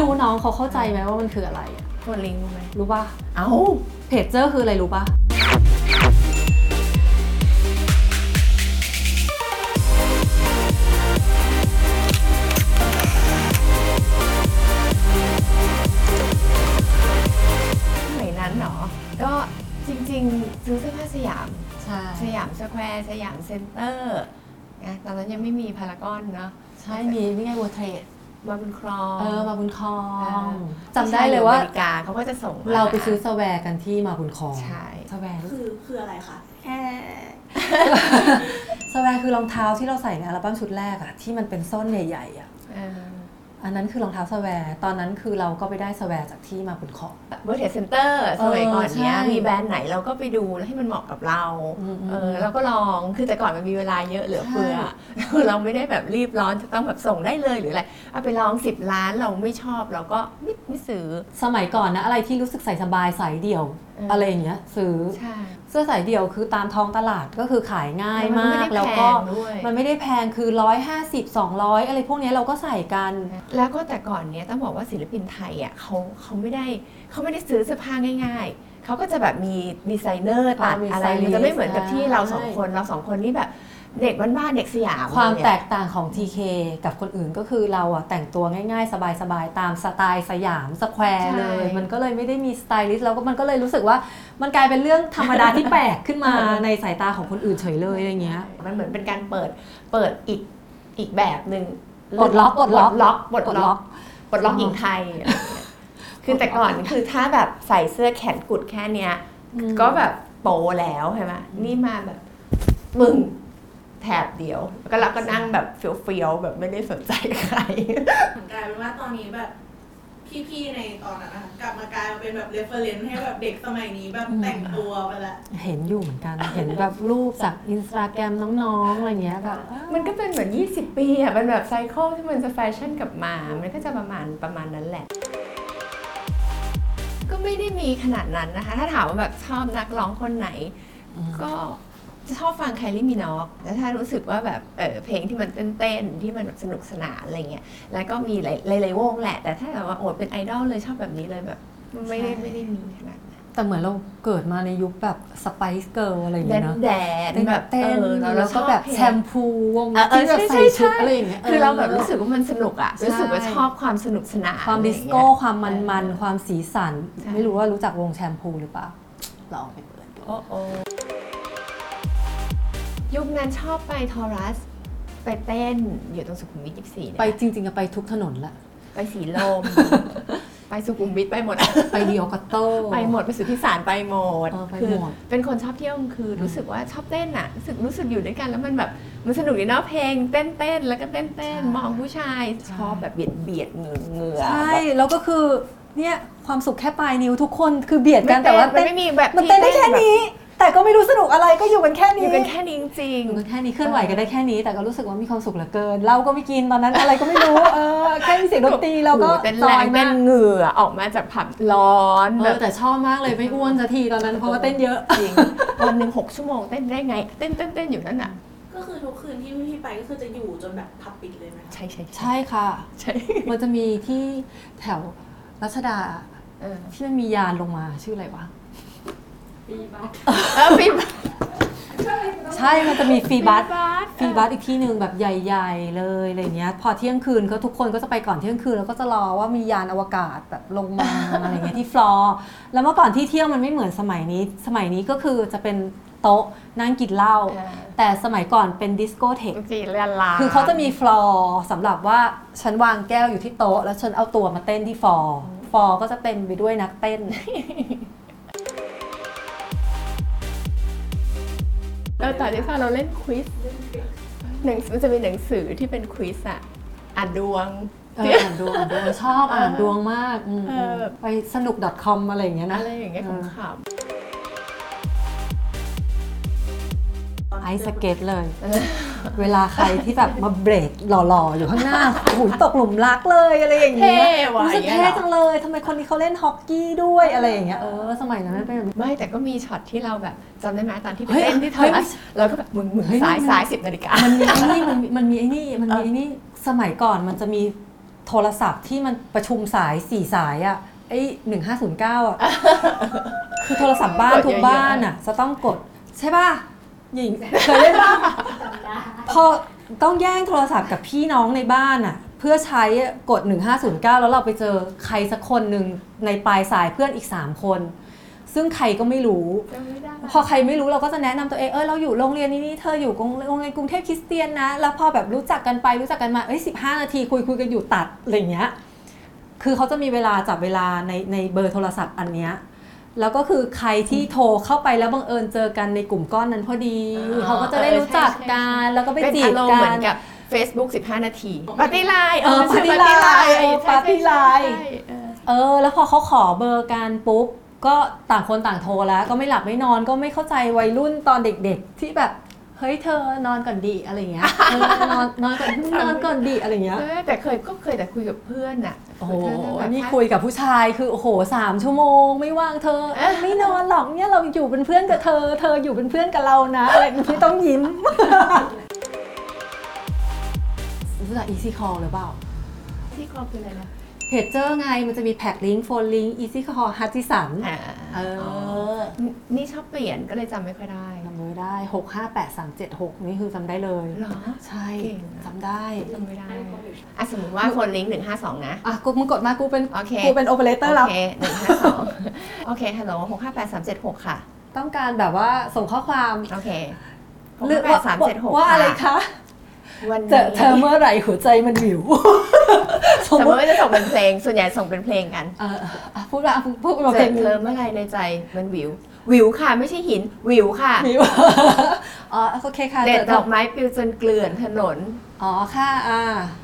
น้องเขาเข้าใจไหมว่ามันคืออะไรอะ กดลิงก์ไหม รู้ป่ะ เอ้า เพจเจอร์คืออะไรรู้ป่ะ สมัยนั้นเนาะก็จริงๆ ซื้อเสื้อผ้าสยาม ใช่ สยามสแควร์สยามเซ็นเตอร์นะตอนนั้นยังไม่มีพารากอนเนาะ ใช่มีนี่ไงวัวเทรด มาบุญครอง เออมาบุญครอ เออ งจำได้เลยว่า อเมริกาเขาก็จะส่งม เราไปซื้อสแวร์กันที่มาบุญครอง ใช่ สแวร์รู้สึก คือคืออะไรคะแค่ สแวร์คือรองเท้าที่เราใส่ในอัลบั้มชุดแรกอะที่มันเป็นส้นใหญ่ๆอะ เออ อันนั้นคือรองเท้าสแวร์ตอนนั้นคือเราก็ไปได้สแวร์จากที่มาบุญครอง เบอร์เทสเซ็นเตอร์สมัยก่อนเนี้ย เออใช่ มีแบรนด์ไหนเราก็ไปดูแล้วให้มันเหมาะกับเรา อืม เออเราก็ลองคือแต่ก่อนมันมีเวลาเยอะเหลือเฟือ ใช่ เราไม่ได้แบบรีบร้อนจะต้องแบบส่งได้เลยหรืออะไรเอาไปลองสิบล้านเราไม่ชอบเราก็ไม่ไม่ซื้อ สมัยก่อนนะอะไรที่รู้สึกใส่สบายใส่เดี่ยว เอออ อะไรอย่างเงี้ยซื้อ ใช่ เสื้อสายเดี่ยวคือตามท้องตลาดก็คือขายง่ายมาก น แล้ว ไได้พ ก็ งด้วย มันไม่ได้แพงคือ 150 200 อะไรพวกเนี้ยเราก็ใส่กัน แล้วก็แต่ก่อนเนี้ยต้องบอกว่าศิลปินไทยอ่ะเขาเขาไม่ได้เขาไม่ได้ซื้อเสื้อผ้าง่าย ๆ เขาก็จะแบบมีดีไซเนอร์ตัด อ่ามี อะไร ไซลิสต์ มันจะไม่เหมือนกับที่เราสอง ใช่ คนเราสองคนนี่แบบเด็กบ้านๆเด็กสยาม ความแต เนี่ย กต่างของ TK กับคนอื่นก็คือเราอะแต่งตัวง่ายๆ สบายๆ ตามสไตล์สยามสแควร์เลย มันก็เลยไม่ได้มีสไตลิสต์แล้วก็มันก็เลยรู้สึกว่ามันกลายเป็นเรื่องธรรมดาที่แปลกขึ้นมา ในสายตาของคนอื่นเฉยเลยอะไรเงี้ย มันเหมือนเป็นการเปิดเปิดอีกอีกแบบหนึ่ง ปลดล็อกปลดล็อก ปลดล็อกปลดล็อกหญิงไทยอะไรอย่างเงี้ยคือแต่ก่อนคือถ้าแบบใส่เสื้อแขนกุดแค่เนี้ย อืม ก็แบบโปแล้วใช่ไหมนี่มาแบบมึงแถบเดียว แล้วก็เราก็นั่งแบบเฟี้ยวๆแบบไม่ได้สนใจใคร เหมือนกลายเป็นว่าตอนนี้แบบพี่ๆในตอนนั้นนะคะกลับมากลายมาเป็นแบบเรฟเฟอร์เรนซ์ให้แบบเด็กสมัยนี้แบบ อืม แต่งตัวไปละ เห็นอยู่เหมือนกัน เห็นแบบรูปจากอินสตาแกรมน้องๆอะไรเงี้ยแบบ มันก็เป็นเหมือน 20 ปีอ่ะ มันแบบไซเคิลที่มันจะแฟชั่นกลับมา มันก็จะประมาณประมาณนั้นแหละ ก็ไม่ได้มีขนาดนั้นนะคะ ถ้าถามว่าแบบชอบนักร้องคนไหน ก็ชอบฟังไคล i ่มินอกแล้วถ้ารู้สึกว่าแบบเออเพลงที่มันเต้นๆ ที่มันแบบสนุกสนานอะไรเงี้ย แล้วก็มีหลายหลายๆวงแหละ แต่ถ้าแบบว่าโอดเป็นไอดอลเลยชอบแบบนี้เลยแบบ ไม่ได้ไม่ได้มีขนาดนั้น แต่เหมือนเราเกิดมาในยุคแบบสไปซ์เกิ l อะไรอย่าง แด เงี้ยนเนอะ แดนแบบ เต้น ออ ๆแล้วก็แบบ ชอเพลง แชมพูวง เออเออ ที่แบบ ใช่ ใส่ ใช่ ชุด ใช่ อะไรอย่างเงี้ย คือเราแบบรู้สึกว่ามันสนุกอะ ใช่ รู้สึกว่าชอบความสนุกสนาน ความดิสโก้ อะไรอย่างเงี้ ความมันมันๆความสีสัน ใช่ ไม่รู้ว่ารู้จักวงแชมพูหรือเปล่าลองไปเปิดดู ยโอ้โอยุคนั้นชอบไปทอรัส ไปเต้นอยู่ตรงสุขุมวิท24เนี่ย ไปจริงๆอะไปทุกถนนละ ไปสีล ม ไปสุขุมวิทไปหมดอะ ไปเดียวกัตโต้ ไปหมดไปสุทธิสารไปหมด เออไป คื หมด เป็นคนชอบเที่ยวกลางคือรู้สึกว่าชอบเต้นอะรู้สึกรู้สึกอยู่ด้วยกันแล้วมันแบบมันสนุกดีเนาะเพลงเต้นเต้นแล้วก็เต้นเต้นมองผู้ชายชอบแบบเบียดเบียดเหงื่อเหงื่อ ใช่ แล้วก็คือ เนี่ย ความสุขแค่ปลายนิ้วทุกคนคือเบียดกันแต่ว่า มัน เต้น ไม่มีแบบ มันเต้นได้ ที่ แค่นี้ แต่ก็ไม่รู้สนุกอะไรก็อยู่กันแค่ แบบอ นี้ ยู่กันแค่นี้จริง อยู่กันแค่นี้เคลื่อนไหวกันได้แค่นี้ แต่ก็รู้สึกว่ามีความสุขเหลือเกินเราก็ไม่กินตอนนั้นอะไรก็ไม่รู้ เออแค่มีเสียงดนตรีเราก็ โอ้โหเต้น จ แร อง ย เต้ มานก เหงื่อออกมาจากผับร้อน เอ แบ อบ แต่ชอบมากเลยไม่อ้วนสักทีตอนนั้นเพราะว่าเต้นเยอะ จริงวันหนึ่งหกชั่วโมงเต้นได้ไง เต้นเต้นเต้นอยู่นั่นน่ะ ก็คือทุกคืนที่พี่ๆไปก็คือจะอยู่จนแบบพับปิดเลยไหมคะ ใช่ใช่ใช่ ใช่ค่ะ ใช่ มันจะมีที่แถวรัชดา เออ ที่มันมียานลงมาชื่ออะไรวะ ปีบ้า เออฟิล์ม ใช่มันจะมีฟรีบัส ฟิล์มฟรีบับัสสอีกที่หนึ่งแบบใหญ่ ๆ เลยอะไรเงี้ยพอเที่ยงคืนก็ทุกคนก็จะไปก่อนเที่ยงคืนแล้วก็จะรอว่ามียานอวกาศแบบลงมา อะไรเงี้ยที่ฟลอร์แล้วเมื่อก่อนที่เที่ยวมันไม่เหมือนสมัยนี้ สมัยนี้ก็คือจะเป็นโต๊ะนั่งกินเหล้า อ่า แต่สมัยก่อนเป็นดิสโกเทค จริงๆแล้วลา คือเขาจะมีฟลอร์สำหรับว่าฉันวางแก้วอยู่ที่โต๊ะ แล้วฉันเอาตัวมาเต้นที่ฟลอร์ฟลอร์ก็จะเต็มไปด้วยนักเต้ น เราต่อที่ฟ้าเราเล่นควิสหนังมันจะมีหนังสือที่เป็นควิสอะอ่านดวง เอออ่านดวงอ่านดวงชอบอ่านดวงมากอืม เออ ไปสนุก .com อะไรอย่างเงี้ยนะ อะไรอย่างเงี้ย เออขำ ไอซ์สเก็ตเลย เวลาใครที่แบบมาเบรกหล่อๆ อยู่ข้างหน้า โอ้โหตกหลุมรักเลยอะไรอย่าง ๆ เงี้ เท่ ย ว่ะ รู้สึก อย่าเท่งเงี้ย จังเลยทำไมคนนี้เขาเล่นฮอกกี้ด้วยอะไรอย่างเงี้ยเออสมัยนั้นมันเป็นแบบ ไม่แต่ก็มีช็อตที่เราแบบจำได้ไหมตอนที่ไป เฮ้ย เต้นที่เธ เฮ้ อย เราก็แบบมึงมึงสายสายสิบนาฬิกา มันมีไอ้นี่มันมีมันมีไอ้นี่มันมีไอ้นี่สมัยก่อนมันจะมี โทรศัพท์ที่มันประชุมสายสี่สายอะไอ้หนึ่งห้าศูนย์เก้า อะคือโทรศัพท์บ้าน กดเยอะๆ ทุกบ้านอะจะต้องกดใช่ป่ะหญิงเคยเล่ นป่ะพอต้องแย่งโทรศัพท์กับพี่น้องในบ้านอะเพื่อใช้อะกด 1509 แล้วเราไปเจอใครสักคนหนึ่งในปลายสายเพื่อนอีก 3 คน ซึ่งใครก็ไม่รู้ จำไม่ได้ พอใครไม่รู้เราก็จะแนะนำตัวเองเออเราอยู่โรงเรียนนี้นี่เธออยู่โรงเรียนกรุงเทพคริสเตียนนะ แล้วพอแบบรู้จักกันไปรู้จักกันมาเอ้ยสินาทีคุยคุยกันอยู่ตัดอะไรอย่างเงี้ยคือเขาจะมีเวลาจับเวลาในในเบอร์โทรศัพท์อันเนี้ยแล้วก็คือใครที่โทรเข้าไปแล้วบังเอิญเจอกันในกลุ่มก้อนนั้นพอดี อ๋อ เขาก็จะได้รู้จักกันแล้วก็ไป เป็น จี อา บ รมณ์ กั เหมือน นกับ Facebook 15 นาทีปาร์ตี้ไลน์ เออ มันชื่ Party Line เออ เออ Party Line ใช่เออ เออ แล้วพอเขาขอเบอร์กันปุ๊บ ก็ต่างคนต่างโทรแล้ว ก็ไม่หลับไม่นอนก็ไม่เข้าใจวัยรุ่นตอนเด็กๆ ที่แบบ เฮ้ยเธอนอนก่อนดีอะไรอย่างเงี้ยเออนอนนอนก่อนนอนก่อนดีอะไรอย่างเงี้ย เออแต่เคยก็เคยแต่คุยกับเพื่อนอะ โอ้โห เพื่แบบ นี่คุยกับผู้ชายคือโอ้โหสามชั่วโมง ไม่ว่างเธอเอ้ยไม่นอนหรอกเนี่ยเราอยู่เป็นเพื่อนกับเธอ เธออยู่เป็นเพื่อนกับเรานะอะไรที่ต้องยิ้ม รู้จักอีซี่คอลหรือเปล่า ที่คอคืออะไรนะ เพจเจอไงมันจะมีแพ็คลิงก์โฟนลิงก์อีซี่คอลฮัตติสันเออ นี่นี่ชอบเปลี่ยนก็เลยจำไม่ค่อยได้ จำไม่ได้หกห้าแปดสามเจ็ดหกนี่คือจำได้เลย เหรอ ใช่ เก่งอะ จำได้ จำไม่ได้อ่ะสมมติว่าคนลิงก์หนึ่งห้าสองนะ อ่ะกูมึงกดมากูเป็น โอเค กูเป็นโอเปอเรเตอร์แล้ว โอเคหนึ่งห้าสองโอเคฮัลโหลหกห้าแปดสามเจ็ดหกค่ะ ต้องการแบบว่าส่งข้อความ โอเค เลือก แป ว่า ดสามเจ็ดหก ว่าอะไรคะ วัน เจ นี้ อเธอเมื่อไหร่หัวใจมันหิว สม สม ม ม ติ ติว่าจะส่งเป็นเพลง ส่วนใหญ่ส่งเป็นเพลงกัน เอออ่ะพูดว่าพูดพูดมา เจ เพล อง เธอเมื่อไหรในใจมันวิว วิวค่ะไม่ใช่หินวิวค่ะ หิว อ๋อโอเคค่ะ เด็ด เจอ ดอกไม้ปลิวจนเกลื่อนถนน อ๋อค่ะอ่า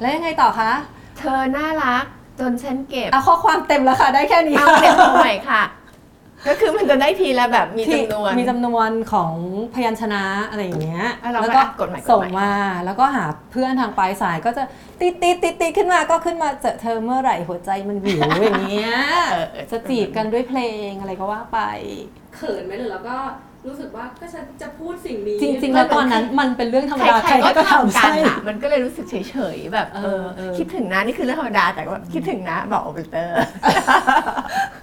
แล้วยังไงต่อคะ เธอน่ารักจนฉันเก็บ เอาข้อความเต็มแล้วค่ะได้แค่นี้ เอาเก็บเอาใหม่ค่ะ ก็คือมันจะได้ทีละแบบมีจำนวน ที่มีจำนวนของพยัญชนะอะไรอย่างเงี้ย อ่ะเรา แล้ว ก็ ก็ อ่ะกดใหม่กดใหม่ ส่งมาแล้วก็หาเพื่อนทางปลายสายก็จะติดติดติดติดขึ้นมาก็ขึ้นมาเจอเธอเมื่อไหร่หัวใจมันหิว อย่างเงี้ย เออเออ จะจีบกันด้วยเพลงอะไรก็ว่าไป เขินไหมหรือเราก็รู้สึกว่าก็ฉันจะพูดสิ่งนี้ จริง ๆ แล้วตอนนั้นมันเป็นเรื่องธรรม ใคร ดา ใค ใค ร ร ก็ ก็ ทำ ทำ กัน ใช่ อ่ะมันก็เลยรู้สึกเฉยๆแบบเออ เออ คิดถึงนะนี่คือเรื่องธรรมดาแต่ว่าคิดถึงนะบอกโอเปอเรเตอร์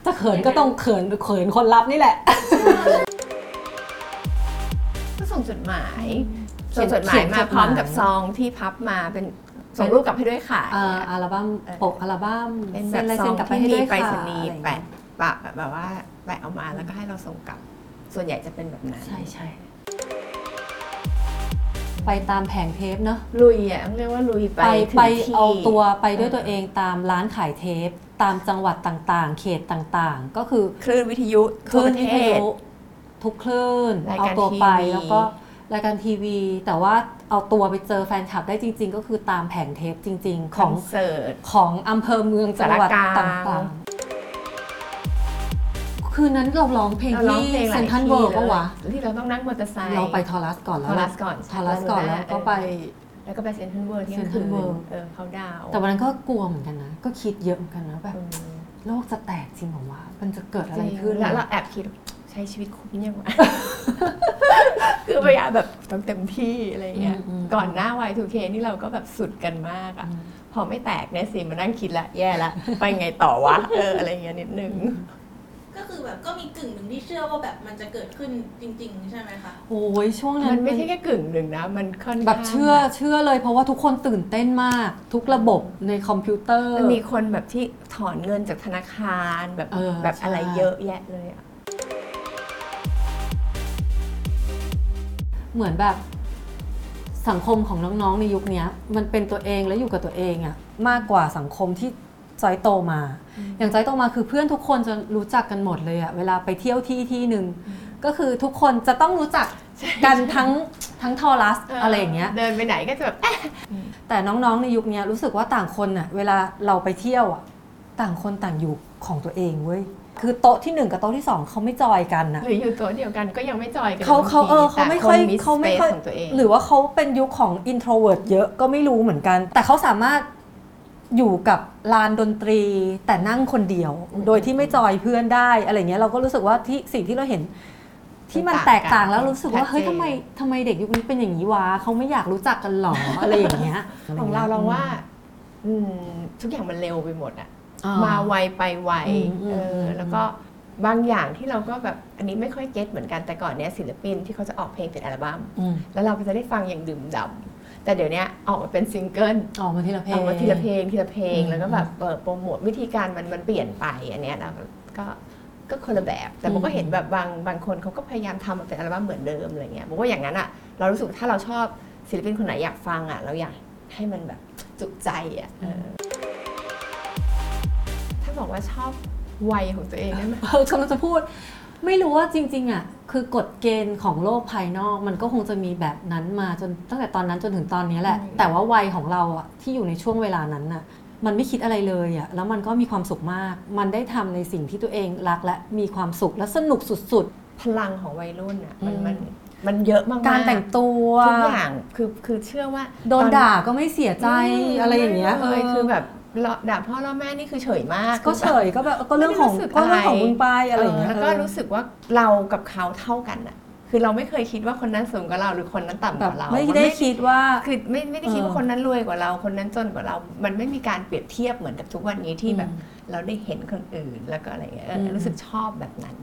จะเขินก็ต้องเขินเขินคนรับนี่แหละ ก็ส่งจดหมาย เขี ส่ ย ง น จดหมา เขี ย ยนจดหมาม าย พร้อมกับซองที่พับมาเป็นส่งรูปกลับให้ด้วยค่ะ เอ่ออัลบั้ม เออ ปกอัลบั้ม เป็นแบ เซ็น บ ลาย ซอ เซ็น ง กลับไป ที่ ให้ มี ด้วย ไปร ค่ะ ษณีอะไรอย์ย่าง แปะ เงี้ย ปะแบบว่าแปะเอามาแล้วก็ให้เราส่งกลับ ส่วนใหญ่จะเป็นแบบนั้น ใช่ใช่ไปตามแผงเทปเนาะ ลุยอ่ะเรียกว่าลุยไป ไป ถึง ไป ที่ เอาตัวไปด้วย เออ ตัวเองตามร้านขายเทป ตามจังหวัดต่างๆ เขตต่างๆ ก็คือ คลื่นวิทยุ ค ทั่ว ลื่นวิประเท ท ศ ยุทุกคลื่น ราย เอา การ ตัวไป ทีวี แล้วก็รายการทีวี แต่ว่าเอาตัวไปเจอแฟนคลับได้จริง ๆ ก็คือตามแผงเทปจริง ๆ ข ค อ อง นเสิร์ต ของอำเภอเมืองจังหวัด สารกลาง ต่างๆ คืนนั้นเราร้องเพลง าร้อ ที่ พลงห เซ ลาย นทัน ที่ เวิร์ปะวะ เลยที่เราต้องนั่งมอเตอร์ไซค์ เราไปทอรัสก่อน ท แล้ว อรัสก่อน ทอรัสก่อนแล้วก็ไป แล้วก็ไปเซ็นทรัลเวิลด์ที่ยง Central คืน World เออเขาดาวน์ แต่วันนั้นก็กลัวเหมือนกันนะ ก็คิดเยอะเหมือนกันนะแบบ อืม โลกจะแตกจริงเหรอวะ มันจะเกิดอะไร จง ขึ้น แล้วเราแอบคิดใช้ชีวิตคุ้มยังวะ คือพยายามแบบต้องเต็มที่อะไรเงี้ย ก่อนหน้า Y2K นี่เราก็แบบสุดกันมากอะพอไม่แตกเนี่ยสิมานั่งคิดละแย่ละ ไปไงต่อวะ เอออะไรเงี้ยนิดนึง ก็คือแบบก็มีกึ่งหนึ่งที่เชื่อว่าแบบมันจะเกิดขึ้นจริง ๆ ใช่ไหมคะ โอ้ยช่วงนั้ มัน นไม่ใช่แค่กึ่งหนึ่งนะ มันค่อนข้าง แบบเชื่อเชื่อเลยเพราะว่าทุกคนตื่นเต้นมาก ทุกระบบในคอมพิวเตอร์ มันมีคนแบบที่ถอนเงินจากธนาคารแบบ เออ แบบอะไร ใช่ เยอะแยะเลยอะ เหมือนแบบสังคมของน้องๆในยุคเนี้ย มันเป็นตัวเองและอยู่กับตัวเองอะมากกว่าสังคมที่จอยโตมา อย่างจอยโตมาคือเพื่อนทุกคนจะรู้จักกันหมดเลยอะเวลาไปเที่ยวที่ที่หนึ่งก็คือทุกคนจะต้องรู้จักกันทั้งทั้งทอรัสอะไรอย่างเงี้ย เดินไปไหนก็จะแบบ แต่น้องๆ ในยุคเนี้ยรู้สึกว่าต่างคนน่ะเวลาเราไปเที่ยวอ่ะ ต่างคนต่างอยู่ของตัวเองเว้ย คือโต๊ะที่หนึ่งกับโต๊ะที่สองเขาไม่จอยกันน่ะ หรืออยู่ตัวเดียวกันก็ยังไม่จอยกัน เขาเขาเออเขา บงที ไม่ค่อย แต่น เขาไม่ค่อย space ของตัวเอง หรือว่าเขาเป็นยุคของ introvert เยอะก็ไม่รู้เหมือนกัน แต่เขาสามารถอยู่กับลานดนตรีแต่นั่งคนเดียว อืม โดยที่ไม่จอยเพื่อนได้อะไรเงี้ยเราก็รู้สึกว่าที่สิ่งที่เราเห็น ที่มัน แต แต ก ก ต่า ต่าง ง กัน แล้วรู้สึกว่า ชัดเจน เฮ้ยทำไมทำไมเด็กยุคนี้เป็นอย่างนี้วะเขาไม่อยากรู้จักกันหรออะไรอย่างเงี้ย ของเราเราว่า อืมทุกอย่างมันเร็วไปหมดอะ อ่ มาไวไปไว อืมอืม เอออ ม แล้วก็บางอย่างที่เราก็แบบอันนี้ไม่ค่อยเก็ตเหมือนกันแต่ก่อนเนี้ยศิลปินที่เขาจะออกเพลงเป็นอัลบั้ม อืม แล้วเราก็จะได้ฟังอย่างดื่มด่ำแต่เดี๋ยวเนี้ยออกมาเป็นซิงเกิล ออกมาทีละเพลง เอามาทีละเพลงทีละเพลง อืม แล้วก็แบบเปิดโปรโมทวิธีการมันมันเปลี่ยนไปอันเนี้ยนะก็ก็คนละแบบ แต่ผมก็เห็นแบบบางบางคนเขาก็พยายามทำมันเป็นอัลบั้มเหมือนเดิมอะไรเงี้ยผมว่าอย่างนั้นอ่ะเรารู้สึกถ้าเราชอบศิลปินคนไหนอยากฟังอ่ะเราอยากให้มันแบบจุใจอ่ะเออถ้าบอกว่าชอบวัยของตัวเองได้ไหม เออกำลังจะพูด ไม่รู้ว่าจริง ๆ อ่ะ คือกฎเกณฑ์ของโลกภายนอก มันก็คงจะมีแบบนั้นมาจนตั้งแต่ตอนนั้นจนถึงตอนนี้แหละ อืม แต่ว่าวัยของเราอ่ะที่อยู่ในช่วงเวลานั้นน่ะ มันไม่คิดอะไรเลยอ่ะแล้วมันก็มีความสุขมาก มันได้ทำในสิ่งที่ตัวเองรักและมีความสุขและสนุกสุด พลังของวัยรุ่นอ่ะมัน อืม มันมันเยอะมาก ๆ ๆ การแต่งตัว ทุกอย่างคือคือเชื่อว่า โดน ตอ ด่าก็ไม่เสียใจอะไรอย่างเงี้ย เลยคือแบบเราด่าพ่อล่อแม่นี่คือเฉยมาก ก็เฉยก็แบบก็เรื่องของ ไม่ได้รู้ก็สึกเรื่องของมึงไปอะไรอย่างเงี้ย แล้วก็รู้สึกว่าเรากับเขาเท่ากันอะคือเราไม่เคยคิดว่าคนนั้นสูงกว่าเราหรือคนนั้นต่ำก แบบ ว่าเรา ไม่ได้คิดว่า คือไม่ไม่ได้คิด เออ ว่าคนนั้นรวยกว่าเรา คนนั้นจนกว่าเรา มันไม่มีการเปรียบเทียบเหมือนกับทุกวันนี้ที่แบบ เราได้เห็นคนอื่นแล้วก็อะไรเงี้ยเอออ ม รู้สึกชอบแบบนั้น